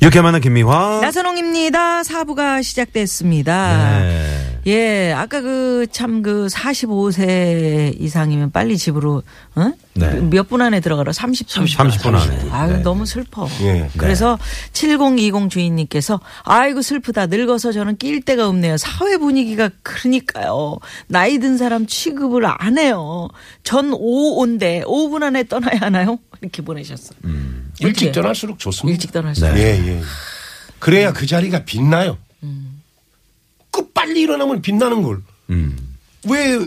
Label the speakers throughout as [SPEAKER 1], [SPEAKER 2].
[SPEAKER 1] 이렇게 만난 김미화.
[SPEAKER 2] 나선홍입니다. 사부가 시작됐습니다.
[SPEAKER 1] 네.
[SPEAKER 2] 예, 아까 그 참 그 45세 이상이면 빨리 집으로 어?
[SPEAKER 1] 네.
[SPEAKER 2] 몇 분 안에 들어가라. 30분.
[SPEAKER 1] 30 분 안에.
[SPEAKER 2] 아유,
[SPEAKER 1] 네.
[SPEAKER 2] 너무 슬퍼.
[SPEAKER 1] 예.
[SPEAKER 2] 그래서 7020 주인님께서 아이고 슬프다. 늙어서 저는 낄 데가 없네요. 사회 분위기가 그러니까요. 나이 든 사람 취급을 안 해요. 전 5온데 5분 안에 떠나야 하나요? 이렇게 보내셨어.
[SPEAKER 3] 일찍
[SPEAKER 2] 음. 일찍.
[SPEAKER 3] 떠날수록 좋습니다.
[SPEAKER 2] 일찍 떠날 수. 있어요.
[SPEAKER 1] 네.
[SPEAKER 3] 예, 예. 그래야 그 자리가 빛나요.
[SPEAKER 2] 음.
[SPEAKER 3] 그 빨리 일어나면 빛나는 걸.
[SPEAKER 1] 음.
[SPEAKER 3] 왜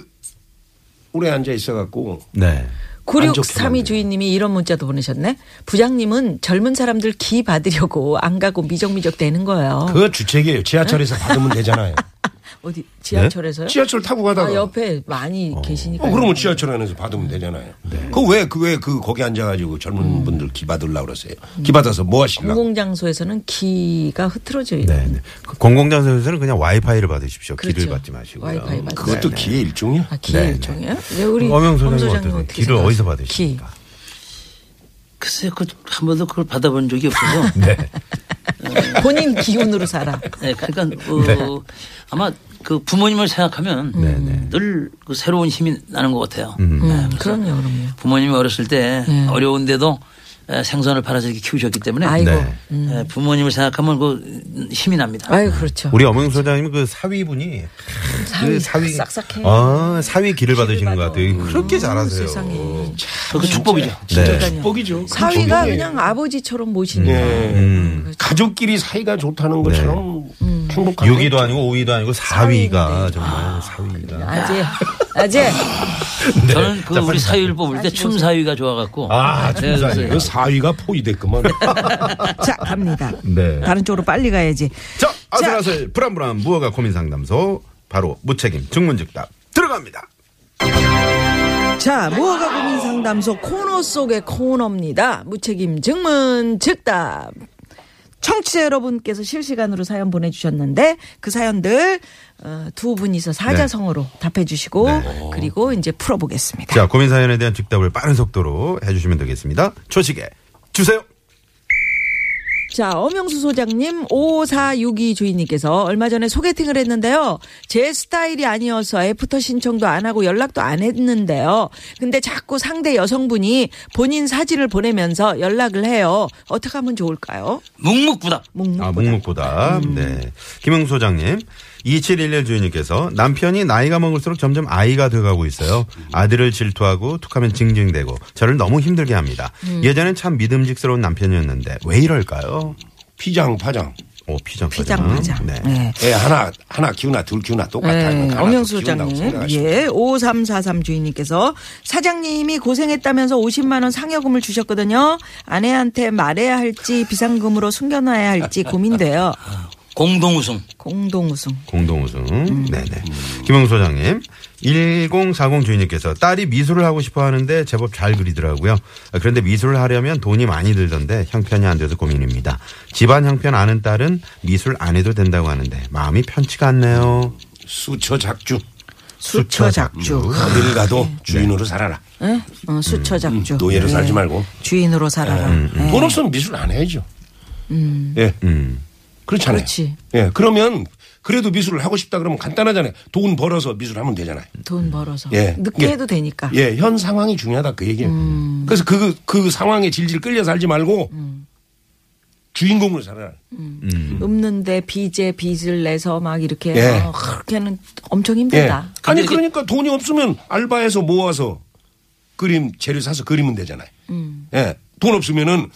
[SPEAKER 3] 오래 앉아 있어갖고.
[SPEAKER 1] 네.
[SPEAKER 3] 안 좋게
[SPEAKER 2] 9632
[SPEAKER 3] 만드는.
[SPEAKER 2] 주인님이 이런 문자도 보내셨네. 부장님은 젊은 사람들 기 받으려고 안 가고 미적미적 되는 거예요.
[SPEAKER 3] 그거 주책이에요. 지하철에서 받으면 되잖아요.
[SPEAKER 2] 어디 지하철에서요?
[SPEAKER 3] 지하철 타고 가다가.
[SPEAKER 2] 네? 아, 옆에 많이 계시니까.
[SPEAKER 3] 어, 그러면 지하철 안에서 받으면 되잖아요. 그 왜, 그 왜, 그 거기 앉아가지고 젊은
[SPEAKER 2] 음.
[SPEAKER 3] 분들 기 받으려고 그러세요. 기 받아서 뭐 하실라고.
[SPEAKER 2] 공공장소에서는 기가 흐트러져 있는.
[SPEAKER 1] 네. 네. 그 공공장소에서는 그냥 와이파이를 받으십시오.
[SPEAKER 2] 그렇죠.
[SPEAKER 1] 길을 받지 마시고요.
[SPEAKER 2] 와이파이 받지
[SPEAKER 3] 그것도
[SPEAKER 2] 네,
[SPEAKER 3] 기의 일종이야.
[SPEAKER 2] 아, 기의
[SPEAKER 1] 네, 그
[SPEAKER 2] 일종이에요? 네, 우리
[SPEAKER 1] 엄영
[SPEAKER 2] 엄
[SPEAKER 1] 소장님
[SPEAKER 2] 소장님
[SPEAKER 1] 어떠세요?
[SPEAKER 2] 어떻게
[SPEAKER 1] 길을 어디서
[SPEAKER 2] 생각하세요?
[SPEAKER 1] 받으십니까?
[SPEAKER 4] 글쎄요, 그, 한 번도 그걸 받아본 적이 없어서.
[SPEAKER 1] 네.
[SPEAKER 2] 기. 본인 기운으로 살아.
[SPEAKER 4] 네, 그러니까, 어, 아마 그 부모님을 생각하면 늘그 새로운 힘이 나는 것 같아요. 네, 그래서
[SPEAKER 2] 그럼요, 그럼요. 네.
[SPEAKER 4] 부모님이 어렸을 때 어려운데도 에, 생선을 팔아서 이렇게 키우셨기 때문에
[SPEAKER 2] 아이고. 음.
[SPEAKER 1] 네.
[SPEAKER 4] 에, 부모님을 생각하면 그 힘이 납니다.
[SPEAKER 2] 아유, 그렇죠.
[SPEAKER 1] 우리 엄영 소장님 그 사위분이
[SPEAKER 2] 사위,
[SPEAKER 1] 그 사위
[SPEAKER 2] 싹싹해요.
[SPEAKER 1] 아, 사위 길을 받으시는 것
[SPEAKER 2] 받아. 음,
[SPEAKER 1] 같아요. 그렇게 잘하세요.
[SPEAKER 2] 세상에.
[SPEAKER 4] 그 축복이죠.
[SPEAKER 1] 네.
[SPEAKER 3] 축복이죠.
[SPEAKER 2] 사위가
[SPEAKER 3] 축복이에요.
[SPEAKER 2] 그냥 아버지처럼 모시니까.
[SPEAKER 3] 예.
[SPEAKER 2] 그렇죠.
[SPEAKER 3] 가족끼리 사이가 좋다는 거 참
[SPEAKER 2] 음.
[SPEAKER 3] 행복한
[SPEAKER 1] 6위도 아니고 5위도 아니고 4위가
[SPEAKER 2] 아,
[SPEAKER 1] 정말 사위가.
[SPEAKER 2] 아재, 아재.
[SPEAKER 4] 저는 그 우리 사위를 뽑을 때 춤 사위가 좋아갖고.
[SPEAKER 1] 아,
[SPEAKER 4] 네, 그래서
[SPEAKER 1] 춤사위.
[SPEAKER 3] 그 사위가 포위됐구만.
[SPEAKER 2] 자, 갑니다.
[SPEAKER 1] 네.
[SPEAKER 2] 다른 쪽으로 빨리 가야지.
[SPEAKER 1] 자, 아슬아슬 불안불안 무허가 고민 상담소 바로 무책임 증문즉답 들어갑니다.
[SPEAKER 2] 자, 무허가 고민 상담소 코너 속의 코너입니다. 무책임 증문 즉답. 청취자 여러분께서 실시간으로 사연 보내주셨는데 그 사연들 어, 두 분이서 사자성어로 답해주시고 그리고 이제 풀어보겠습니다.
[SPEAKER 1] 자, 고민 사연에 대한 즉답을 빠른 속도로 해주시면 되겠습니다. 초식에 주세요.
[SPEAKER 2] 자, 엄영수 소장님, 5462 주인님께서 얼마 전에 소개팅을 했는데요. 제 스타일이 아니어서 애프터 신청도 안 하고 연락도 안 했는데요. 근데 자꾸 상대 여성분이 본인 사진을 보내면서 연락을 해요. 어떻게 하면 좋을까요?
[SPEAKER 4] 묵묵부답.
[SPEAKER 2] 묵묵.
[SPEAKER 1] 아, 묵묵보다. 네. 김영 소장님. 2711 주인님께서 남편이 나이가 먹을수록 점점 아이가 돼가고 있어요. 아들을 질투하고 툭하면 징징대고 저를 너무 힘들게 합니다. 예전엔 참 믿음직스러운 남편이었는데 왜 이럴까요?
[SPEAKER 3] 피장 파장.
[SPEAKER 1] 오, 피장
[SPEAKER 2] 피장 파장.
[SPEAKER 1] 네.
[SPEAKER 2] 네.
[SPEAKER 3] 애 하나 하나 키우나 둘 키우나 똑같아요.
[SPEAKER 2] 네,
[SPEAKER 3] 하나
[SPEAKER 2] 엄영수
[SPEAKER 3] 더 키운다고
[SPEAKER 2] 소장님,
[SPEAKER 3] 생각하시면.
[SPEAKER 2] 예, 5343 주인님께서 사장님이 고생했다면서 50만 원 상여금을 주셨거든요. 아내한테 말해야 할지 비상금으로 숨겨놔야 할지 고민돼요.
[SPEAKER 4] 공동 우승.
[SPEAKER 2] 공동 우승.
[SPEAKER 1] 공동 우승. 네네. 김영 소장님. 1040 주인님께서 딸이 미술을 하고 싶어 하는데 제법 잘 그리더라고요. 아, 그런데 미술을 하려면 돈이 많이 들던데 형편이 안 돼서 고민입니다. 집안 형편 아는 딸은 미술 안 해도 된다고 하는데 마음이 편치가 않네요.
[SPEAKER 3] 수처 작주.
[SPEAKER 2] 수처 작주.
[SPEAKER 3] 어딜 가도
[SPEAKER 2] 네.
[SPEAKER 3] 주인으로 살아라.
[SPEAKER 2] 예? 어, 수처 작주.
[SPEAKER 3] 음, 노예로
[SPEAKER 2] 예.
[SPEAKER 3] 살지 말고. 음,
[SPEAKER 2] 주인으로 살아라. 예.
[SPEAKER 3] 돈 없으면 미술 안 해야죠. 예. 그렇잖아요.
[SPEAKER 2] 음. 그렇지.
[SPEAKER 3] 예. 그러면 그래도 미술을 하고 싶다 그러면 간단하잖아요. 돈 벌어서 미술하면 되잖아요.
[SPEAKER 2] 돈 벌어서.
[SPEAKER 3] 예.
[SPEAKER 2] 늦게
[SPEAKER 3] 예.
[SPEAKER 2] 해도 되니까.
[SPEAKER 3] 예, 현 상황이 중요하다 그 얘기예요.
[SPEAKER 2] 음.
[SPEAKER 3] 그래서 그, 그 상황에 질질 끌려 살지 말고 주인공으로 살아라.
[SPEAKER 2] 없는데 빚에 빚을 내서 막 이렇게
[SPEAKER 3] 예.
[SPEAKER 2] 어, 그렇게는 엄청
[SPEAKER 3] 예.
[SPEAKER 2] 힘들다.
[SPEAKER 3] 아니 그러니까 돈이 없으면 알바해서 모아서 그림 재료 사서 그리면 되잖아요.
[SPEAKER 2] 음.
[SPEAKER 3] 예. 돈 없으면은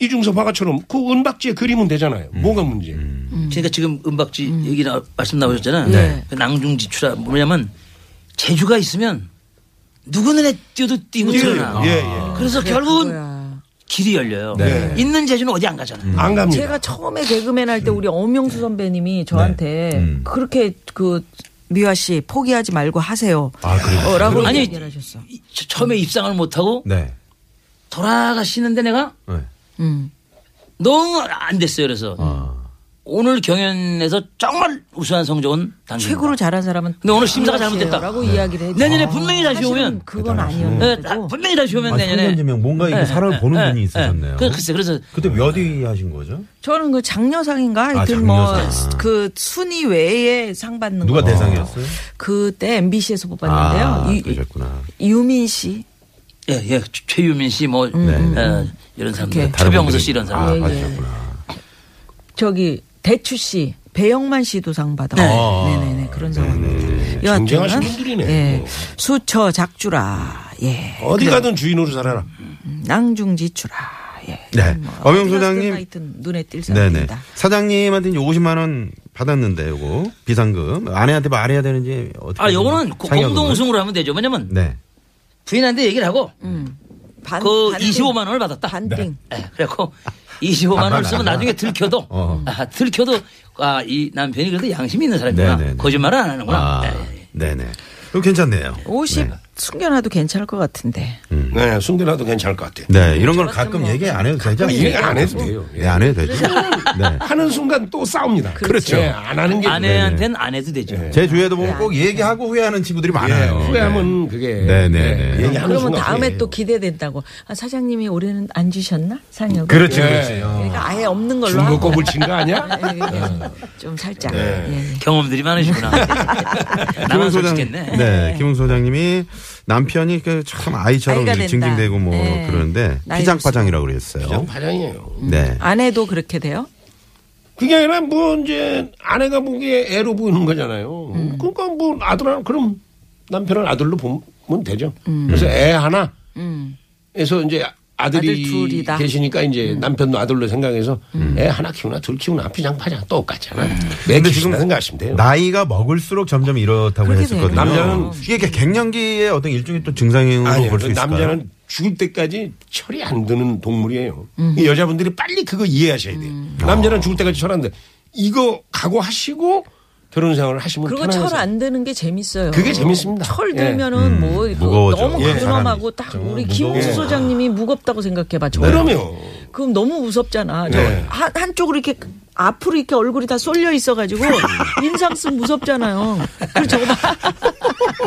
[SPEAKER 3] 이중섭 화가처럼 그 은박지에 그리면 되잖아요.
[SPEAKER 1] 음.
[SPEAKER 3] 뭐가 문제? 예요
[SPEAKER 4] 그러니까 지금 은박지 얘기 나, 말씀 나오셨잖아요.
[SPEAKER 2] 음. 네.
[SPEAKER 4] 그 낭중지추라 뭐냐면 재주가 있으면 누구 눈에 띄어도 띄고
[SPEAKER 3] 예,
[SPEAKER 4] 드러나.
[SPEAKER 3] 예, 예.
[SPEAKER 4] 그래서 결국은
[SPEAKER 2] 그거야.
[SPEAKER 4] 길이 열려요.
[SPEAKER 1] 네. 음.
[SPEAKER 4] 있는 재주는 어디 안 가잖아요.
[SPEAKER 3] 안 갑니다.
[SPEAKER 2] 제가 처음에 개그맨 할 때 우리
[SPEAKER 3] 음.
[SPEAKER 2] 엄영수 선배님이 저한테
[SPEAKER 3] 네.
[SPEAKER 1] 음.
[SPEAKER 2] 그렇게 그 미화 씨 포기하지 말고 하세요.
[SPEAKER 1] 아, 그래요?
[SPEAKER 2] 어, 라고
[SPEAKER 4] 아니,
[SPEAKER 2] 얘기를 하셨어.
[SPEAKER 4] 이- 처- 처음에 입상을 못하고
[SPEAKER 1] 네.
[SPEAKER 4] 돌아가시는데 내가
[SPEAKER 1] 네.
[SPEAKER 2] 음.
[SPEAKER 4] 너무 안 됐어요. 그래서
[SPEAKER 1] 아.
[SPEAKER 4] 오늘 경연에서 정말 우수한 성적은 당신.
[SPEAKER 2] 최고로 잘한 사람은
[SPEAKER 4] 근데 오늘 심사가
[SPEAKER 2] 미화 씨예요.
[SPEAKER 4] 잘못됐다. 네.
[SPEAKER 2] 라고 이야기를 해.
[SPEAKER 4] 내년에 분명히 다시 오면.
[SPEAKER 2] 그건
[SPEAKER 4] 네,
[SPEAKER 2] 아니었는데.
[SPEAKER 4] 다- 분명히 다시 오면
[SPEAKER 1] 아,
[SPEAKER 4] 내년에.
[SPEAKER 1] 성년지명 뭔가 이게 사람을 보는 눈이 있으셨네요.
[SPEAKER 4] 그, 글쎄, 그래서
[SPEAKER 1] 그때 몇 위 하신 거죠?
[SPEAKER 2] 저는 그 장려상인가 하여튼
[SPEAKER 1] 아, 장려상.
[SPEAKER 2] 뭐 그 순위 외에 상 받는
[SPEAKER 1] 누가
[SPEAKER 2] 거.
[SPEAKER 1] 대상이었어요?
[SPEAKER 2] 그때 MBC에서 뽑았는데요.
[SPEAKER 1] 아,
[SPEAKER 2] 이-
[SPEAKER 1] 그러셨구나.
[SPEAKER 2] 유민 씨.
[SPEAKER 4] 예, 예, 최- 최유민 씨, 뭐, 어, 이런 사람들,
[SPEAKER 1] 음. 네. 다른
[SPEAKER 4] 최병수
[SPEAKER 1] 분들이-
[SPEAKER 4] 씨 이런
[SPEAKER 1] 아,
[SPEAKER 4] 사람들. 네, 예.
[SPEAKER 1] 받으셨구나.
[SPEAKER 2] 저기 대추 씨, 배영만 씨도 상 받아. 네. 네네네 그런 상황입니다. 여하튼
[SPEAKER 3] 굉장하신 분들이네.
[SPEAKER 2] 예,
[SPEAKER 3] 어.
[SPEAKER 2] 수처 작주라, 예,
[SPEAKER 3] 어디 가든 주인으로 살아라.
[SPEAKER 2] 낭중지추라, 예.
[SPEAKER 1] 네. 엄영
[SPEAKER 2] 어디 갔든
[SPEAKER 1] 소장님.
[SPEAKER 2] 하여튼 눈에 띌
[SPEAKER 1] 네네.
[SPEAKER 2] 사람입니다.
[SPEAKER 1] 사장님한테 이제 50만 원 받았는데 요거 비상금 아내한테 뭐 말해야 되는지 어떻게?
[SPEAKER 4] 아, 요거는 고-
[SPEAKER 1] 상의하고
[SPEAKER 4] 공동
[SPEAKER 1] 그러나요?
[SPEAKER 4] 우승으로 하면 되죠. 왜냐면
[SPEAKER 1] 네.
[SPEAKER 4] 부인한테 얘기를 하고
[SPEAKER 2] 반,
[SPEAKER 4] 그
[SPEAKER 2] 반띵,
[SPEAKER 4] 25만 원을 받았다.
[SPEAKER 1] 네.
[SPEAKER 2] 반띵.
[SPEAKER 4] 예, 그래갖고 25만 원을 쓰면 나중에 들켜도
[SPEAKER 1] 어.
[SPEAKER 4] 아, 들켜도 아, 이 남편이 그래도 양심이 있는 사람이구나.
[SPEAKER 1] 네, 네, 네.
[SPEAKER 4] 거짓말을 안 하는구나.
[SPEAKER 1] 아,
[SPEAKER 4] 예, 예.
[SPEAKER 1] 네네. 그거 괜찮네요.
[SPEAKER 2] 50 숨겨놔도 괜찮을 것 같은데.
[SPEAKER 3] 네, 숭대라도 괜찮을 것 같아요.
[SPEAKER 1] 음. 네, 이런 건 가끔 얘기 안 해도 되죠?
[SPEAKER 3] 얘기 안 해도 돼요.
[SPEAKER 1] 네, 안 해도 되죠. 네.
[SPEAKER 3] 하는 순간 또 싸웁니다. 그렇죠. 안 하는 게
[SPEAKER 4] 예. 아내한테는 안 해도 되죠.
[SPEAKER 1] 제 주위에도 보면 꼭 얘기하고 후회하는 친구들이
[SPEAKER 3] 예,
[SPEAKER 1] 많아요.
[SPEAKER 3] 네. 후회하면 그게
[SPEAKER 1] 네, 네, 네.
[SPEAKER 3] 예, 얘기하는
[SPEAKER 2] 그러면
[SPEAKER 3] 순간
[SPEAKER 2] 다음에
[SPEAKER 3] 후회해요.
[SPEAKER 2] 또 기대된다고. 아, 사장님이 올해는 안 주셨나 상혁?
[SPEAKER 1] 그렇지,
[SPEAKER 3] 예.
[SPEAKER 1] 그렇지. 어.
[SPEAKER 2] 그러니까 아예 없는 걸로.
[SPEAKER 3] 중국
[SPEAKER 2] 하고.
[SPEAKER 3] 꼽을 친 거 아니야?
[SPEAKER 2] 예, 예, 예. 좀 살짝. 예.
[SPEAKER 4] 경험들이 많으시구나. 나만 솔직했네.
[SPEAKER 1] 그 네, 김웅 소장님이 남편이 그 참 아이처럼
[SPEAKER 2] 아이가 된다.
[SPEAKER 1] 징징대고 뭐
[SPEAKER 2] 네.
[SPEAKER 1] 그러는데
[SPEAKER 2] 나이
[SPEAKER 1] 피장파장이라고 그랬어요.
[SPEAKER 3] 그냥 파장이에요.
[SPEAKER 1] 네.
[SPEAKER 2] 아내도 그렇게 돼요?
[SPEAKER 3] 그게 아니라 뭐 이제 아내가 보기에 애로 보이는 거잖아요.
[SPEAKER 2] 음.
[SPEAKER 3] 그러니까 뭐 아들 그럼 남편을 아들로 보면 되죠.
[SPEAKER 2] 음.
[SPEAKER 3] 그래서 애 하나 에서 이제
[SPEAKER 2] 아들
[SPEAKER 3] 아들이
[SPEAKER 2] 둘이다. 음.
[SPEAKER 3] 계시니까 이제 남편도 아들로 생각해서 애 하나 키우나 둘 키우나 피장파장
[SPEAKER 2] 음.
[SPEAKER 3] 똑같잖아요. 내
[SPEAKER 1] 근데
[SPEAKER 3] 키우나
[SPEAKER 1] 지금
[SPEAKER 3] 생각하시면 돼요.
[SPEAKER 1] 나이가 먹을수록 점점 이렇다고
[SPEAKER 2] 그렇게
[SPEAKER 1] 했었거든요. 음.
[SPEAKER 2] 돼요.
[SPEAKER 3] 남자는
[SPEAKER 1] 이게 이렇게 갱년기의 어떤 일종의 또 증상으로
[SPEAKER 3] 아니요.
[SPEAKER 1] 볼 수 있을까요?
[SPEAKER 3] 남자는 죽을 때까지 철이 안 드는 동물이에요.
[SPEAKER 2] 음.
[SPEAKER 3] 이 여자분들이 빨리 그거 이해하셔야 돼요.
[SPEAKER 1] 아.
[SPEAKER 3] 남자는 죽을 때까지 철 안 돼. 이거 각오하시고 결혼 생활을 하시면
[SPEAKER 2] 그리고
[SPEAKER 3] 뭐 편안해서.
[SPEAKER 2] 철 안 드는 게 재밌어요.
[SPEAKER 3] 그게 재밌습니다.
[SPEAKER 2] 철
[SPEAKER 3] 예.
[SPEAKER 2] 들면은 뭐 이거
[SPEAKER 1] 무거워져.
[SPEAKER 2] 너무
[SPEAKER 1] 예,
[SPEAKER 2] 근엄하고
[SPEAKER 1] 사람이
[SPEAKER 2] 딱
[SPEAKER 1] 있죠.
[SPEAKER 2] 우리
[SPEAKER 1] 무거워요.
[SPEAKER 2] 김웅수
[SPEAKER 1] 예.
[SPEAKER 2] 소장님이 무겁다고 생각해봐. 저
[SPEAKER 3] 그러면
[SPEAKER 2] 그럼 너무 무섭잖아. 저
[SPEAKER 3] 네.
[SPEAKER 2] 한, 한쪽으로 이렇게 앞으로 이렇게 얼굴이 다 쏠려 있어가지고 인상 쓰면 무섭잖아요. 그리고 저거 봐.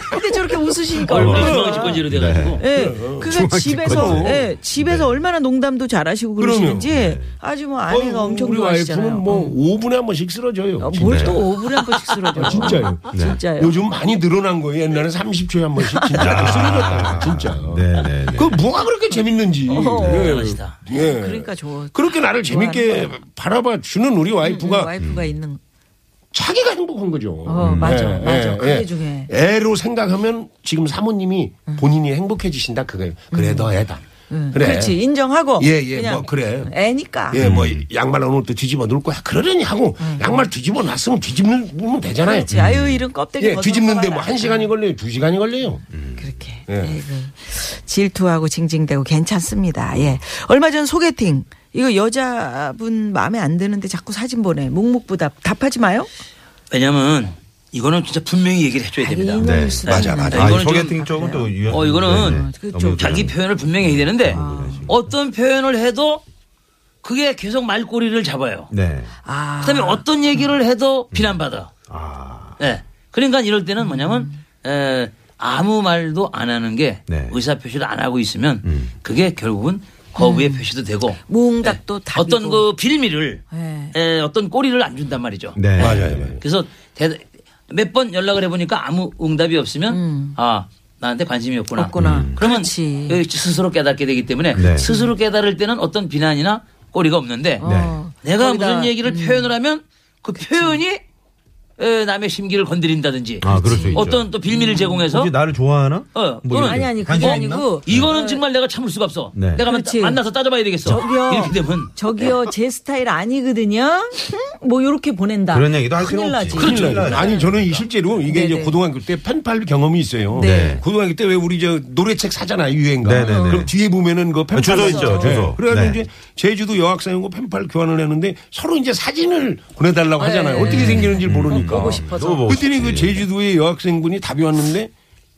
[SPEAKER 2] 근데 저렇게 웃으시니까
[SPEAKER 1] 어.
[SPEAKER 4] 어, 얼굴이
[SPEAKER 2] 얼마나.
[SPEAKER 4] 중앙집권지로
[SPEAKER 1] 네.
[SPEAKER 4] 돼가지고.
[SPEAKER 2] 예, 그가 집에서
[SPEAKER 1] 거죠.
[SPEAKER 3] 네.
[SPEAKER 2] 예, 집에서 얼마나 농담도 잘하시고 그러시는지 아주 뭐 아내가
[SPEAKER 3] 어,
[SPEAKER 2] 엄청
[SPEAKER 3] 네. 우리
[SPEAKER 2] 좋아하시잖아요. 음. 어.
[SPEAKER 3] 와이프는 뭐 5분에 한 번씩 쓰러져요. 아,
[SPEAKER 2] 뭘 또 오분에 한 번씩 쓰러져.
[SPEAKER 3] 진짜요. 네.
[SPEAKER 2] 진짜요.
[SPEAKER 3] 요즘 많이 늘어난 거예요. 옛날에 30초에 한 번씩 진짜 쓰러졌다. 진짜.
[SPEAKER 1] 네, 네, 네.
[SPEAKER 3] 그 뭐가 그렇게 재밌는지.
[SPEAKER 4] 대단하시다.
[SPEAKER 3] 예. 예.
[SPEAKER 2] 어, 그러니까 저
[SPEAKER 3] 그렇게 나를 재밌게 바라봐 주는 우리 와이프가
[SPEAKER 2] 음, 그
[SPEAKER 3] 음.
[SPEAKER 2] 와이프가 있는
[SPEAKER 3] 자기가 행복한 거죠. 네,
[SPEAKER 2] 어, 맞아, 맞아. 그게 중요해. 음.
[SPEAKER 3] 애로 생각하면 지금 사모님이 본인이 행복해지신다 그거예요. 그래 너 애다. 그래.
[SPEAKER 2] 그렇지 인정하고
[SPEAKER 3] 예, 예,
[SPEAKER 2] 그냥
[SPEAKER 3] 뭐, 그래.
[SPEAKER 2] 애니까
[SPEAKER 3] 예, 뭐 양말 어느 때 뒤집어 놓을 거야. 그러니 하고 양말 뒤집어 놨으면 뒤집으면 되잖아요.
[SPEAKER 2] 음. 그렇지 아유 이런 껍데기
[SPEAKER 3] 예,
[SPEAKER 2] 그렇죠. 벗어서
[SPEAKER 3] 뒤집는데 뭐
[SPEAKER 2] 살아라.
[SPEAKER 3] 한 시간이 걸려요, 두 시간이 걸려요.
[SPEAKER 2] 그렇게
[SPEAKER 3] 예.
[SPEAKER 2] 아이고. 질투하고 징징대고 괜찮습니다 예 얼마 전 소개팅 이거 여자분 마음에 안 드는데 자꾸 사진 보내 묵묵부답 답하지 마요
[SPEAKER 4] 왜냐면 이거는 진짜 분명히 얘기를 해줘야 됩니다.
[SPEAKER 2] 이거는
[SPEAKER 1] 네.
[SPEAKER 2] 있을
[SPEAKER 3] 맞아, 맞아.
[SPEAKER 1] 아,
[SPEAKER 4] 이거는
[SPEAKER 1] 소개팅
[SPEAKER 4] 좀-
[SPEAKER 1] 쪽은 또 유-
[SPEAKER 4] 어, 이거는 아,
[SPEAKER 2] 그쪽.
[SPEAKER 1] 너무
[SPEAKER 4] 자기
[SPEAKER 1] 유리하네요.
[SPEAKER 4] 표현을 분명히 해야 되는데 어떤 표현을 해도 그게 계속 말꼬리를 잡아요. 음.
[SPEAKER 1] 네.
[SPEAKER 2] 아
[SPEAKER 4] 그다음에 어떤 얘기를 해도 비난받아.
[SPEAKER 1] 아.
[SPEAKER 4] 예. 그러니까 이럴 때는 뭐냐면 에, 아무 말도 안 하는 게
[SPEAKER 1] 네.
[SPEAKER 4] 의사 표시를 안 하고 있으면 그게 결국은 거부의 표시도 되고
[SPEAKER 2] 무응답도 답이고.
[SPEAKER 4] 어떤 그 빌미를
[SPEAKER 2] 네.
[SPEAKER 4] 에, 어떤 꼬리를 안 준단 말이죠. 예.
[SPEAKER 1] 네.
[SPEAKER 3] 맞아요, 맞아요.
[SPEAKER 4] 그래서 몇 번 연락을 해보니까 아무 응답이 없으면 아 나한테 관심이 없구나.
[SPEAKER 2] 없구나. 음.
[SPEAKER 4] 그러면
[SPEAKER 2] 그렇지.
[SPEAKER 4] 여기 스스로 깨닫게 되기 때문에
[SPEAKER 1] 네.
[SPEAKER 4] 스스로 깨달을 때는 어떤 비난이나 꼬리가 없는데
[SPEAKER 1] 네.
[SPEAKER 4] 내가
[SPEAKER 2] 거기다,
[SPEAKER 4] 무슨 얘기를 표현을 하면 그 표현이 에, 남의 심기를 건드린다든지
[SPEAKER 1] 아, 그럴 수 있죠.
[SPEAKER 4] 어떤 또 빌미를 제공해서
[SPEAKER 1] 음, 혹시 나를 좋아하나? 뭐
[SPEAKER 4] 어,
[SPEAKER 1] 이런
[SPEAKER 4] 아니,
[SPEAKER 1] 거.
[SPEAKER 2] 아니, 그게
[SPEAKER 1] 관심
[SPEAKER 2] 아니고
[SPEAKER 1] 있나?
[SPEAKER 4] 이거는 정말 내가 참을 수가 없어.
[SPEAKER 1] 네.
[SPEAKER 4] 내가 만-
[SPEAKER 2] 그렇지.
[SPEAKER 4] 만나서 따져봐야 되겠어.
[SPEAKER 2] 저기요.
[SPEAKER 4] 이렇게 되면
[SPEAKER 2] 저기요, 제 스타일 아니거든요. 흠? 뭐 요렇게 보낸다.
[SPEAKER 1] 그런 얘기도 할 필요
[SPEAKER 2] 큰일
[SPEAKER 1] 없지.
[SPEAKER 2] 나지.
[SPEAKER 1] 그렇죠. 큰일 나지.
[SPEAKER 3] 아니 저는 이 실제로 이게 이제
[SPEAKER 2] 네네.
[SPEAKER 3] 고등학교 때 펜팔 경험이 있어요.
[SPEAKER 1] 네.
[SPEAKER 3] 고등학교 때 왜 우리 저 노래책 사잖아요 유행가.
[SPEAKER 1] 네네네.
[SPEAKER 3] 그럼 뒤에 보면은 그 펜팔
[SPEAKER 1] 주소 있죠, 주소.
[SPEAKER 3] 그래가지고
[SPEAKER 1] 네.
[SPEAKER 3] 이제 제주도 여학생하고 펜팔 교환을 했는데 서로 이제 사진을 보내달라고 하잖아요. 어떻게 생기는지 를 모르니까.
[SPEAKER 2] 네. 보고 싶어서.
[SPEAKER 1] 음. 너무 보고
[SPEAKER 3] 그랬더니 그
[SPEAKER 1] 싶지.
[SPEAKER 3] 제주도의 여학생분이 답이 왔는데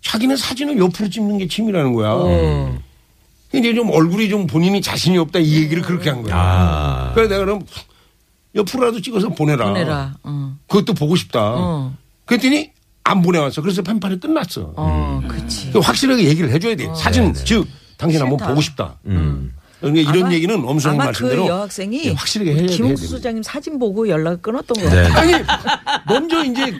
[SPEAKER 3] 자기는 사진을 옆으로 찍는 게 취미라는 거야.
[SPEAKER 2] 네.
[SPEAKER 3] 근데 좀 얼굴이 좀 본인이 자신이 없다 이 얘기를 그렇게 한 거야.
[SPEAKER 1] 아.
[SPEAKER 3] 그래서 내가 그럼 옆으로라도 찍어서 보내라.
[SPEAKER 2] 보내라. 어,
[SPEAKER 3] 그것도 보고 싶다.
[SPEAKER 2] 어.
[SPEAKER 3] 그랬더니 안 보내왔어. 그래서 판판이 끝났어.
[SPEAKER 2] 어, 그치.
[SPEAKER 3] 그러니까 확실하게 얘기를 해줘야 돼. 사진, 즉, 당신 한번
[SPEAKER 2] 싫다. 어.
[SPEAKER 3] 보고 싶다.
[SPEAKER 1] 네, 음.
[SPEAKER 3] 그러니까 이런
[SPEAKER 2] 아마-
[SPEAKER 3] 얘기는 엄수형
[SPEAKER 2] 아마
[SPEAKER 3] 말씀대로
[SPEAKER 2] 그 여학생이
[SPEAKER 3] 예, 확실하게 해야 돼.
[SPEAKER 2] 김옥수 소장님 사진 보고 연락을 끊었던 거야.
[SPEAKER 1] 네.
[SPEAKER 3] 아니, 먼저 이제,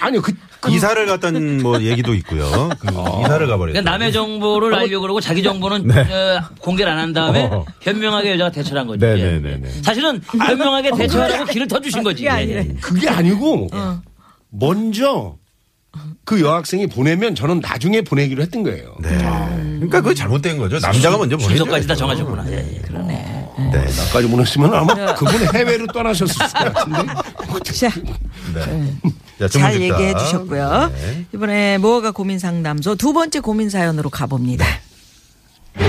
[SPEAKER 3] 아니요, 그, 그
[SPEAKER 1] 이사를 갔다는 뭐 얘기도 있고요. 그 이사를 가버렸죠.
[SPEAKER 4] 그러니까 남의 정보를 알려고 그러고 자기 정보는 어, 공개를 안 한 다음에
[SPEAKER 1] 네. 어.
[SPEAKER 4] 현명하게 여자가 대처를 한 거지.
[SPEAKER 1] 네,
[SPEAKER 4] 예.
[SPEAKER 1] 네, 네, 어, 예, 네.
[SPEAKER 4] 사실은 현명하게 대처하라고 길을 터주신 거지.
[SPEAKER 2] 그게
[SPEAKER 4] 예,
[SPEAKER 2] 아니라.
[SPEAKER 3] 그게 아니고
[SPEAKER 2] 어.
[SPEAKER 3] 먼저 그 여학생이 보내면 저는 나중에 보내기로 했던 거예요.
[SPEAKER 1] 네. 그러니까 그거 잘못된 거죠. 남자가 먼저 보내죠. 어.
[SPEAKER 4] 순서까지 다 정하셨구나. 예, 예.
[SPEAKER 1] 네.
[SPEAKER 3] 나까지 보냈으면
[SPEAKER 2] 네.
[SPEAKER 3] 아마 그분 해외로 떠나셨을 것 같은데.
[SPEAKER 2] 자,
[SPEAKER 1] 자, 주문
[SPEAKER 2] 잘
[SPEAKER 1] 집사.
[SPEAKER 2] 얘기해 주셨고요.
[SPEAKER 1] 네.
[SPEAKER 2] 이번에 무허가 고민 상담소 두 번째 고민 사연으로 가봅니다.
[SPEAKER 1] 네.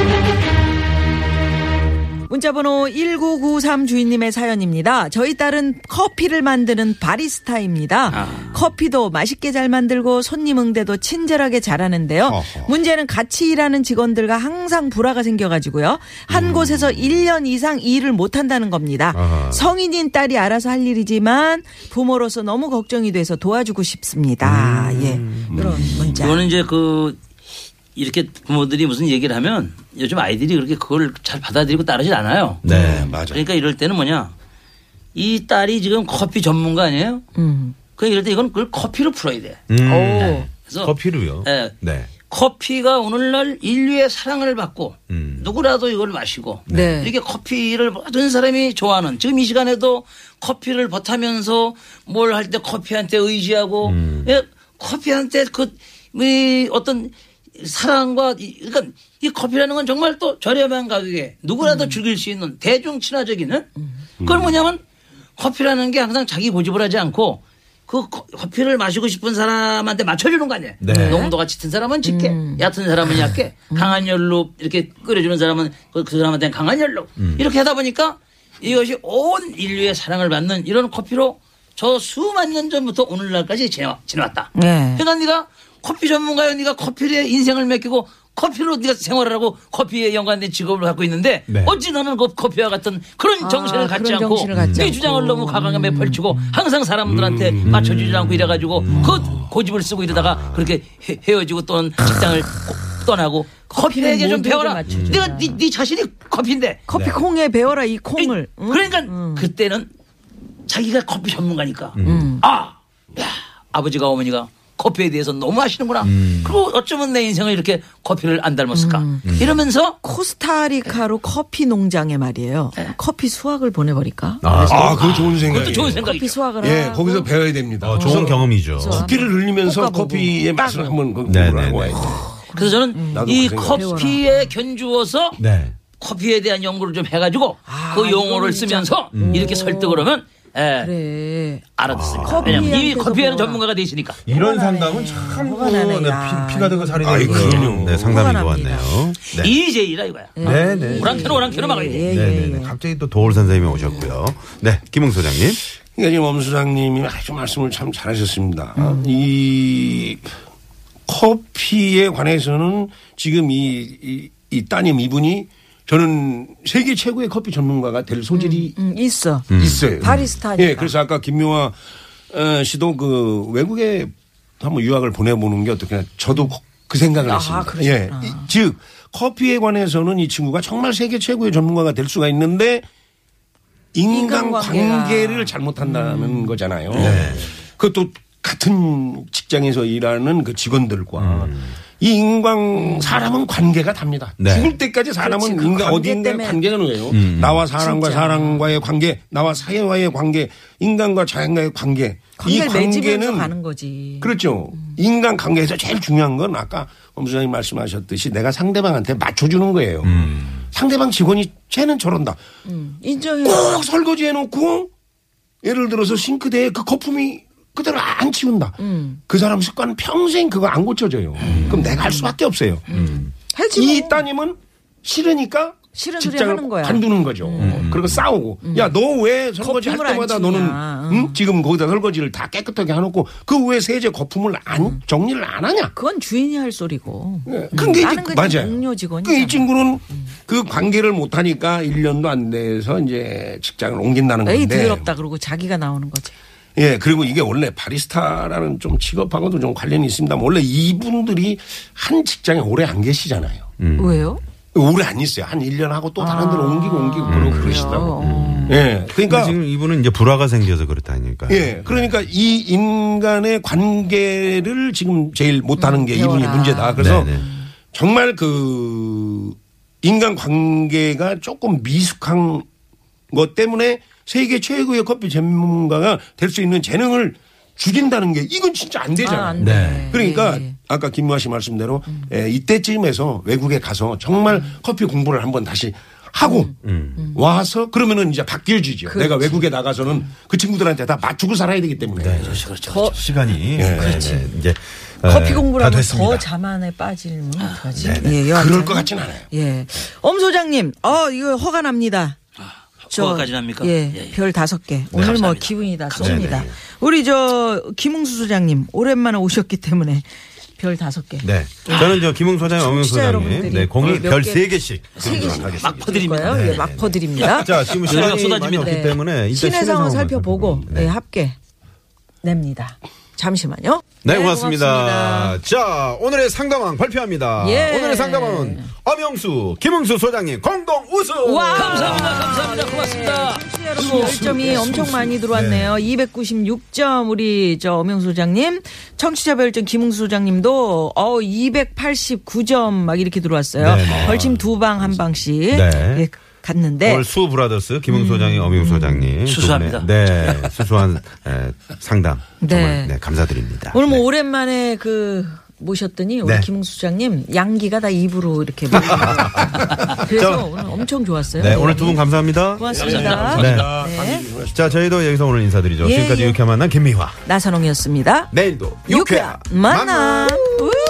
[SPEAKER 2] 문자번호 1993 주인님의 사연입니다. 저희 딸은 커피를 만드는 바리스타입니다.
[SPEAKER 1] 아.
[SPEAKER 2] 커피도 맛있게 잘 만들고 손님 응대도 친절하게 잘하는데요.
[SPEAKER 3] 어허.
[SPEAKER 2] 문제는 같이 일하는 직원들과 항상 불화가 생겨가지고요. 한 곳에서 1년 이상 일을 못한다는 겁니다.
[SPEAKER 1] 음. 아하.
[SPEAKER 2] 성인인 딸이 알아서 할 일이지만 부모로서 너무 걱정이 돼서 도와주고 싶습니다.
[SPEAKER 3] 음.
[SPEAKER 2] 예. 그런 문자.
[SPEAKER 4] 이거는 이제 그 이렇게 부모들이 무슨 얘기를 하면 요즘 아이들이 그렇게 그걸 잘 받아들이고 따르질 않아요.
[SPEAKER 1] 네.
[SPEAKER 3] 맞아.
[SPEAKER 4] 그러니까 이럴 때는 뭐냐. 이 딸이 지금 커피 전문가 아니에요?
[SPEAKER 2] 음.
[SPEAKER 4] 그 이럴 때 이건 그걸 커피로 풀어야 돼.
[SPEAKER 1] 음.
[SPEAKER 4] 그래서
[SPEAKER 1] 커피로요.
[SPEAKER 4] 예.
[SPEAKER 1] 네.
[SPEAKER 4] 커피가 오늘날 인류의 사랑을 받고
[SPEAKER 1] 음.
[SPEAKER 4] 누구라도 이걸 마시고
[SPEAKER 2] 네.
[SPEAKER 4] 이렇게 커피를 모든 사람이 좋아하는 지금 이 시간에도 커피를 버타면서 뭘 할 때 커피한테 의지하고
[SPEAKER 1] 음.
[SPEAKER 4] 예, 커피한테 그 이, 어떤 사랑과 이, 그러니까 이 커피라는 건 정말 또 저렴한 가격에 누구라도
[SPEAKER 1] 음.
[SPEAKER 4] 즐길 수 있는 대중 친화적인 응? 그걸 뭐냐면 커피라는 게 항상 자기 고집을 하지 않고 그 커- 커피를 마시고 싶은 사람한테 맞춰주는 거 아니에요.
[SPEAKER 1] 네.
[SPEAKER 4] 농도가 짙은 사람은 짙게,
[SPEAKER 2] 음.
[SPEAKER 4] 얕은 사람은
[SPEAKER 2] 아.
[SPEAKER 4] 얕게, 강한 열로 이렇게 끓여주는 사람은 그, 그 사람한테는 강한 열로 이렇게 하다 보니까 이것이 온 인류의 사랑을 받는 이런 커피로 저 수만 년 전부터 오늘날까지 지나- 지나왔다.
[SPEAKER 2] 네.
[SPEAKER 4] 그러니까 네가 커피 전문가여 네가 커피에 인생을 맡기고 커피로 네가 생활을 하고 커피에 연관된 직업을 갖고 있는데
[SPEAKER 1] 네.
[SPEAKER 4] 어찌 너는 그 커피와 같은 그런 정신을 갖지
[SPEAKER 2] 아, 그런
[SPEAKER 4] 않고
[SPEAKER 2] 정신을 갖지
[SPEAKER 4] 네
[SPEAKER 2] 않고.
[SPEAKER 4] 주장을 너무 과감하게 음. 펼치고 항상 사람들한테
[SPEAKER 3] 음.
[SPEAKER 4] 맞춰주지 않고 이래가지고 그 고집을 쓰고 이러다가 그렇게 헤- 헤어지고 또는 직장을
[SPEAKER 3] 아.
[SPEAKER 4] 고- 떠나고
[SPEAKER 2] 커피는
[SPEAKER 4] 커피에게 좀
[SPEAKER 2] 모두에게
[SPEAKER 4] 배워라.
[SPEAKER 2] 맞춰주자.
[SPEAKER 4] 네가 네, 네 자신이 커피인데
[SPEAKER 2] 커피
[SPEAKER 3] 네.
[SPEAKER 2] 콩에 배워라 이 콩을.
[SPEAKER 4] 이- 그러니까
[SPEAKER 2] 음.
[SPEAKER 4] 그때는 자기가 커피 전문가니까.
[SPEAKER 3] 음.
[SPEAKER 2] 음.
[SPEAKER 4] 아, 야, 아버지가 어머니가 커피에 대해서 너무 아시는구나.
[SPEAKER 3] 음.
[SPEAKER 4] 그리고 어쩌면 내 인생을 이렇게 커피를 안 닮았을까.
[SPEAKER 2] 음.
[SPEAKER 4] 이러면서
[SPEAKER 2] 코스타리카로 커피 농장에 말이에요. 커피 수확을 보내버릴까?
[SPEAKER 3] 네. 아, 그거 좋은 생각이에요.
[SPEAKER 4] 그것도 좋은 생각이죠.
[SPEAKER 2] 커피 수확을
[SPEAKER 3] 예,
[SPEAKER 2] 하고.
[SPEAKER 3] 거기서 배워야 됩니다.
[SPEAKER 1] 어, 좋은 경험이죠.
[SPEAKER 3] 커피를 흘리면서
[SPEAKER 2] 볶아보고.
[SPEAKER 3] 커피의 맛을 한번 그
[SPEAKER 1] 네네네.
[SPEAKER 3] 공부하고 해야 돼.
[SPEAKER 4] 그래서 저는
[SPEAKER 3] 나도
[SPEAKER 4] 이
[SPEAKER 3] 그 생각
[SPEAKER 4] 커피에 견주어서
[SPEAKER 1] 네.
[SPEAKER 4] 커피에 대한 연구를 좀 해가지고 그 용어를
[SPEAKER 2] 아, 이거는 진짜- 음.
[SPEAKER 4] 쓰면서 이렇게 설득을 하면 에,
[SPEAKER 2] 그래.
[SPEAKER 4] 알아듣습니다.
[SPEAKER 2] 아.
[SPEAKER 4] 왜냐면 이미
[SPEAKER 2] 커피한테도
[SPEAKER 4] 커피에는
[SPEAKER 2] 뭐라.
[SPEAKER 4] 전문가가 돼 있으니까.
[SPEAKER 1] 이런 상담은 참
[SPEAKER 2] 뭐가 나네,
[SPEAKER 1] 그, 네,
[SPEAKER 2] 야.
[SPEAKER 1] 피, 피가 되고 살이
[SPEAKER 3] 아이,
[SPEAKER 1] 되고
[SPEAKER 3] 그럼요.
[SPEAKER 1] 네, 상담인 것
[SPEAKER 2] 뭐가
[SPEAKER 1] 같네요. 네.
[SPEAKER 4] 이제이라 이거야.
[SPEAKER 1] 네, 네.
[SPEAKER 4] 오랑캐로 오랑캐로 막아야 돼.
[SPEAKER 2] 예, 예,
[SPEAKER 1] 네네네.
[SPEAKER 2] 예.
[SPEAKER 1] 갑자기 또 도올 선생님이 오셨고요. 네, 김웅 소장님.
[SPEAKER 3] 그러니까 지금 엄수장님이 아주 말씀을 참 잘하셨습니다. 이 커피에 관해서는 지금 이, 이, 이 따님 이분이 저는 세계 최고의 커피 전문가가 될 소질이
[SPEAKER 2] 음, 있어.
[SPEAKER 3] 있어요.
[SPEAKER 2] 바리스타니까.
[SPEAKER 3] 예, 그래서 아까 김묘아 어, 씨도 그 외국에 한번 유학을 보내보는 게 어떻게 저도 거- 그 생각을
[SPEAKER 2] 아,
[SPEAKER 3] 했습니다.
[SPEAKER 2] 그러셨구나.
[SPEAKER 3] 예, 이- 즉 커피에 관해서는 이 친구가 정말 세계 최고의 전문가가 될 수가 있는데
[SPEAKER 2] 인간관계가. 음.
[SPEAKER 3] 인간관계를 잘못한다는 거잖아요. 그것도 같은 직장에서 일하는 그 직원들과 이 인간 사람은 관계가 답니다.
[SPEAKER 1] 네.
[SPEAKER 3] 죽을 때까지 사람은
[SPEAKER 2] 그렇지, 그
[SPEAKER 3] 인간
[SPEAKER 2] 관계
[SPEAKER 3] 그러니까 어딘가
[SPEAKER 2] 때문에.
[SPEAKER 3] 관계잖아요. 나와 사람과 사람과의 관계, 나와 사회와의 관계, 인간과 자연과의 관계. 이
[SPEAKER 2] 관계를 맺으면서 가는 음.
[SPEAKER 3] 관계는
[SPEAKER 2] 거지.
[SPEAKER 3] 그렇죠. 인간 관계에서 제일 중요한 건 아까 엄수장님 말씀하셨듯이 내가 상대방한테 맞춰주는 거예요. 상대방 직원이 쟤는 저런다.
[SPEAKER 2] 음. 인정해.
[SPEAKER 3] 꼭 설거지 해놓고 예를 들어서 싱크대에 그 거품이 그대로 안 치운다.
[SPEAKER 2] 음.
[SPEAKER 3] 그 사람 습관은 평생 그거 안 고쳐져요. 그럼 내가 할 수밖에 없어요.
[SPEAKER 2] 하지
[SPEAKER 3] 이
[SPEAKER 2] 뭐.
[SPEAKER 3] 따님은 싫으니까
[SPEAKER 2] 싫은 소리
[SPEAKER 3] 직장을
[SPEAKER 2] 하는 거야. 음.
[SPEAKER 3] 관두는 거죠. 어, 그리고 싸우고 야 너 왜 설거지 할
[SPEAKER 2] 거품을 안
[SPEAKER 3] 때마다 너는
[SPEAKER 2] 치우냐. 어.
[SPEAKER 3] 응? 지금 거기다 설거지를 다 깨끗하게 해놓고 그 왜 세제 거품을 안
[SPEAKER 2] 음.
[SPEAKER 3] 정리를 안 하냐?
[SPEAKER 2] 그건 주인이 할 소리고.
[SPEAKER 3] 그게 이제
[SPEAKER 2] 음. 나는 그냥
[SPEAKER 3] 맞아요.
[SPEAKER 2] 동료
[SPEAKER 3] 그
[SPEAKER 2] 직원이잖아. 음.
[SPEAKER 3] 이 친구는 그 관계를 못 하니까 1년도 안 돼서 이제 직장을 옮긴다는 건데.
[SPEAKER 2] 에이 더럽다 그러고 자기가 나오는 거지.
[SPEAKER 3] 예, 그리고 이게 원래 바리스타라는 좀 직업하고도 좀 관련이 있습니다. 원래 이분들이 한 직장에 오래 안 계시잖아요.
[SPEAKER 2] 왜요?
[SPEAKER 3] 오래 안 있어요. 한 1년 하고 또 다른 데로 옮기고 옮기고 그러고 그러시다고.
[SPEAKER 2] 어.
[SPEAKER 3] 예.
[SPEAKER 1] 근데
[SPEAKER 3] 그러니까
[SPEAKER 1] 지금 이분은 이제 불화가 생겨서 그렇다니까.
[SPEAKER 3] 예. 그러니까 이 인간의 관계를 지금 제일 못 하는 게 이분이
[SPEAKER 2] 배워라.
[SPEAKER 3] 문제다. 그래서
[SPEAKER 1] 네네.
[SPEAKER 3] 정말 그 인간 관계가 조금 미숙한 것 때문에 세계 최고의 커피 전문가가 될 수 있는 재능을 죽인다는 게 이건 진짜 안 되잖아요.
[SPEAKER 2] 아, 안
[SPEAKER 1] 네.
[SPEAKER 2] 돼.
[SPEAKER 3] 그러니까
[SPEAKER 2] 예, 예.
[SPEAKER 3] 아까 김무아 씨 말씀대로 에, 이때쯤에서 외국에 가서 정말 커피 공부를 한번 다시 하고 와서 그러면은 이제 바뀌어지죠. 내가 외국에 나가서는 그 친구들한테 다 맞추고 살아야 되기 때문에.
[SPEAKER 1] 더 시간이 네, 네, 이제
[SPEAKER 2] 예. 커피
[SPEAKER 1] 어,
[SPEAKER 2] 공부를
[SPEAKER 1] 다
[SPEAKER 2] 하면
[SPEAKER 1] 됐습니다.
[SPEAKER 2] 더 자만에 빠지면
[SPEAKER 4] 아,
[SPEAKER 2] 어떡하지? 예, 여하튼.
[SPEAKER 3] 그럴 것 같진 않아요.
[SPEAKER 2] 예. 엄 소장님, 어, 이거 허가 납니다. 저,
[SPEAKER 4] 허가까지 납니까?
[SPEAKER 2] 예,
[SPEAKER 4] 예, 예.
[SPEAKER 2] 별 다섯 개. 오늘 뭐
[SPEAKER 4] 감사합니다.
[SPEAKER 2] 기분이다 쏩니다.
[SPEAKER 1] 네,
[SPEAKER 4] 감사합니다.
[SPEAKER 2] 우리 저 김웅수 소장님 오랜만에 오셨기 때문에 별 다섯 개.
[SPEAKER 1] 네. 저는 저 김웅 소장님, 엄영
[SPEAKER 2] 예. 청취자
[SPEAKER 1] 소장님.
[SPEAKER 2] 여러분들이 어,
[SPEAKER 1] 네. 공이
[SPEAKER 2] 몇
[SPEAKER 1] 별
[SPEAKER 2] 개-
[SPEAKER 1] 세개씩
[SPEAKER 2] 세 개씩
[SPEAKER 4] 막 퍼드립니다.
[SPEAKER 2] 거예요. 예, 막 퍼드립니다.
[SPEAKER 1] 네, 자, 지금
[SPEAKER 4] 연락
[SPEAKER 1] 시간이 많이
[SPEAKER 4] 쏟아집니다.
[SPEAKER 1] 없기 때문에 일단
[SPEAKER 2] 시내 네. 상황
[SPEAKER 1] 상황을
[SPEAKER 2] 살펴보고
[SPEAKER 1] 살펴봅니다.
[SPEAKER 2] 네.
[SPEAKER 1] 네.
[SPEAKER 2] 합계 냅니다. 잠시만요.
[SPEAKER 1] 네, 고맙습니다. 자, 오늘의 상담왕 발표합니다.
[SPEAKER 2] 예.
[SPEAKER 1] 오늘의 상담왕은 엄영수, 김웅수 소장님 공동 우승!
[SPEAKER 2] 와.
[SPEAKER 4] 감사합니다. 감사합니다. 고맙습니다.
[SPEAKER 2] 청취자 네, 여러분 별점이 엄청 많이 들어왔네요. 296점 우리 저 엄영 소장님, 청취자 별점 김웅 소장님도 어 289점 막 이렇게 들어왔어요.
[SPEAKER 1] 네네.
[SPEAKER 2] 벌침 두 방 한 방씩
[SPEAKER 1] 네.
[SPEAKER 2] 예, 갔는데
[SPEAKER 1] 오늘 수 브라더스 김웅 소장님, 엄영 소장님. 두
[SPEAKER 4] 수수합니다.
[SPEAKER 1] 분의, 네, 수수한 에, 상담.
[SPEAKER 2] 네.
[SPEAKER 1] 정말 네, 감사드립니다.
[SPEAKER 2] 오늘 뭐
[SPEAKER 1] 네.
[SPEAKER 2] 오랜만에 그 모셨더니 우리
[SPEAKER 1] 네.
[SPEAKER 2] 김웅 소장님 양기가 다 입으로 이렇게 막 그래서
[SPEAKER 1] 저-
[SPEAKER 2] 오늘 엄청 좋았어요.
[SPEAKER 1] 네, 오늘 두 분 감사합니다.
[SPEAKER 2] 고맙습니다.
[SPEAKER 1] 네.
[SPEAKER 2] 네.
[SPEAKER 1] 자, 저희도 여기서 오늘 인사드리죠.
[SPEAKER 2] 예,
[SPEAKER 1] 지금까지
[SPEAKER 2] 예.
[SPEAKER 1] 유쾌한 만남 김미화. 네.
[SPEAKER 2] 나선홍이었습니다.
[SPEAKER 1] 내일도
[SPEAKER 2] 유쾌한 만남. 우!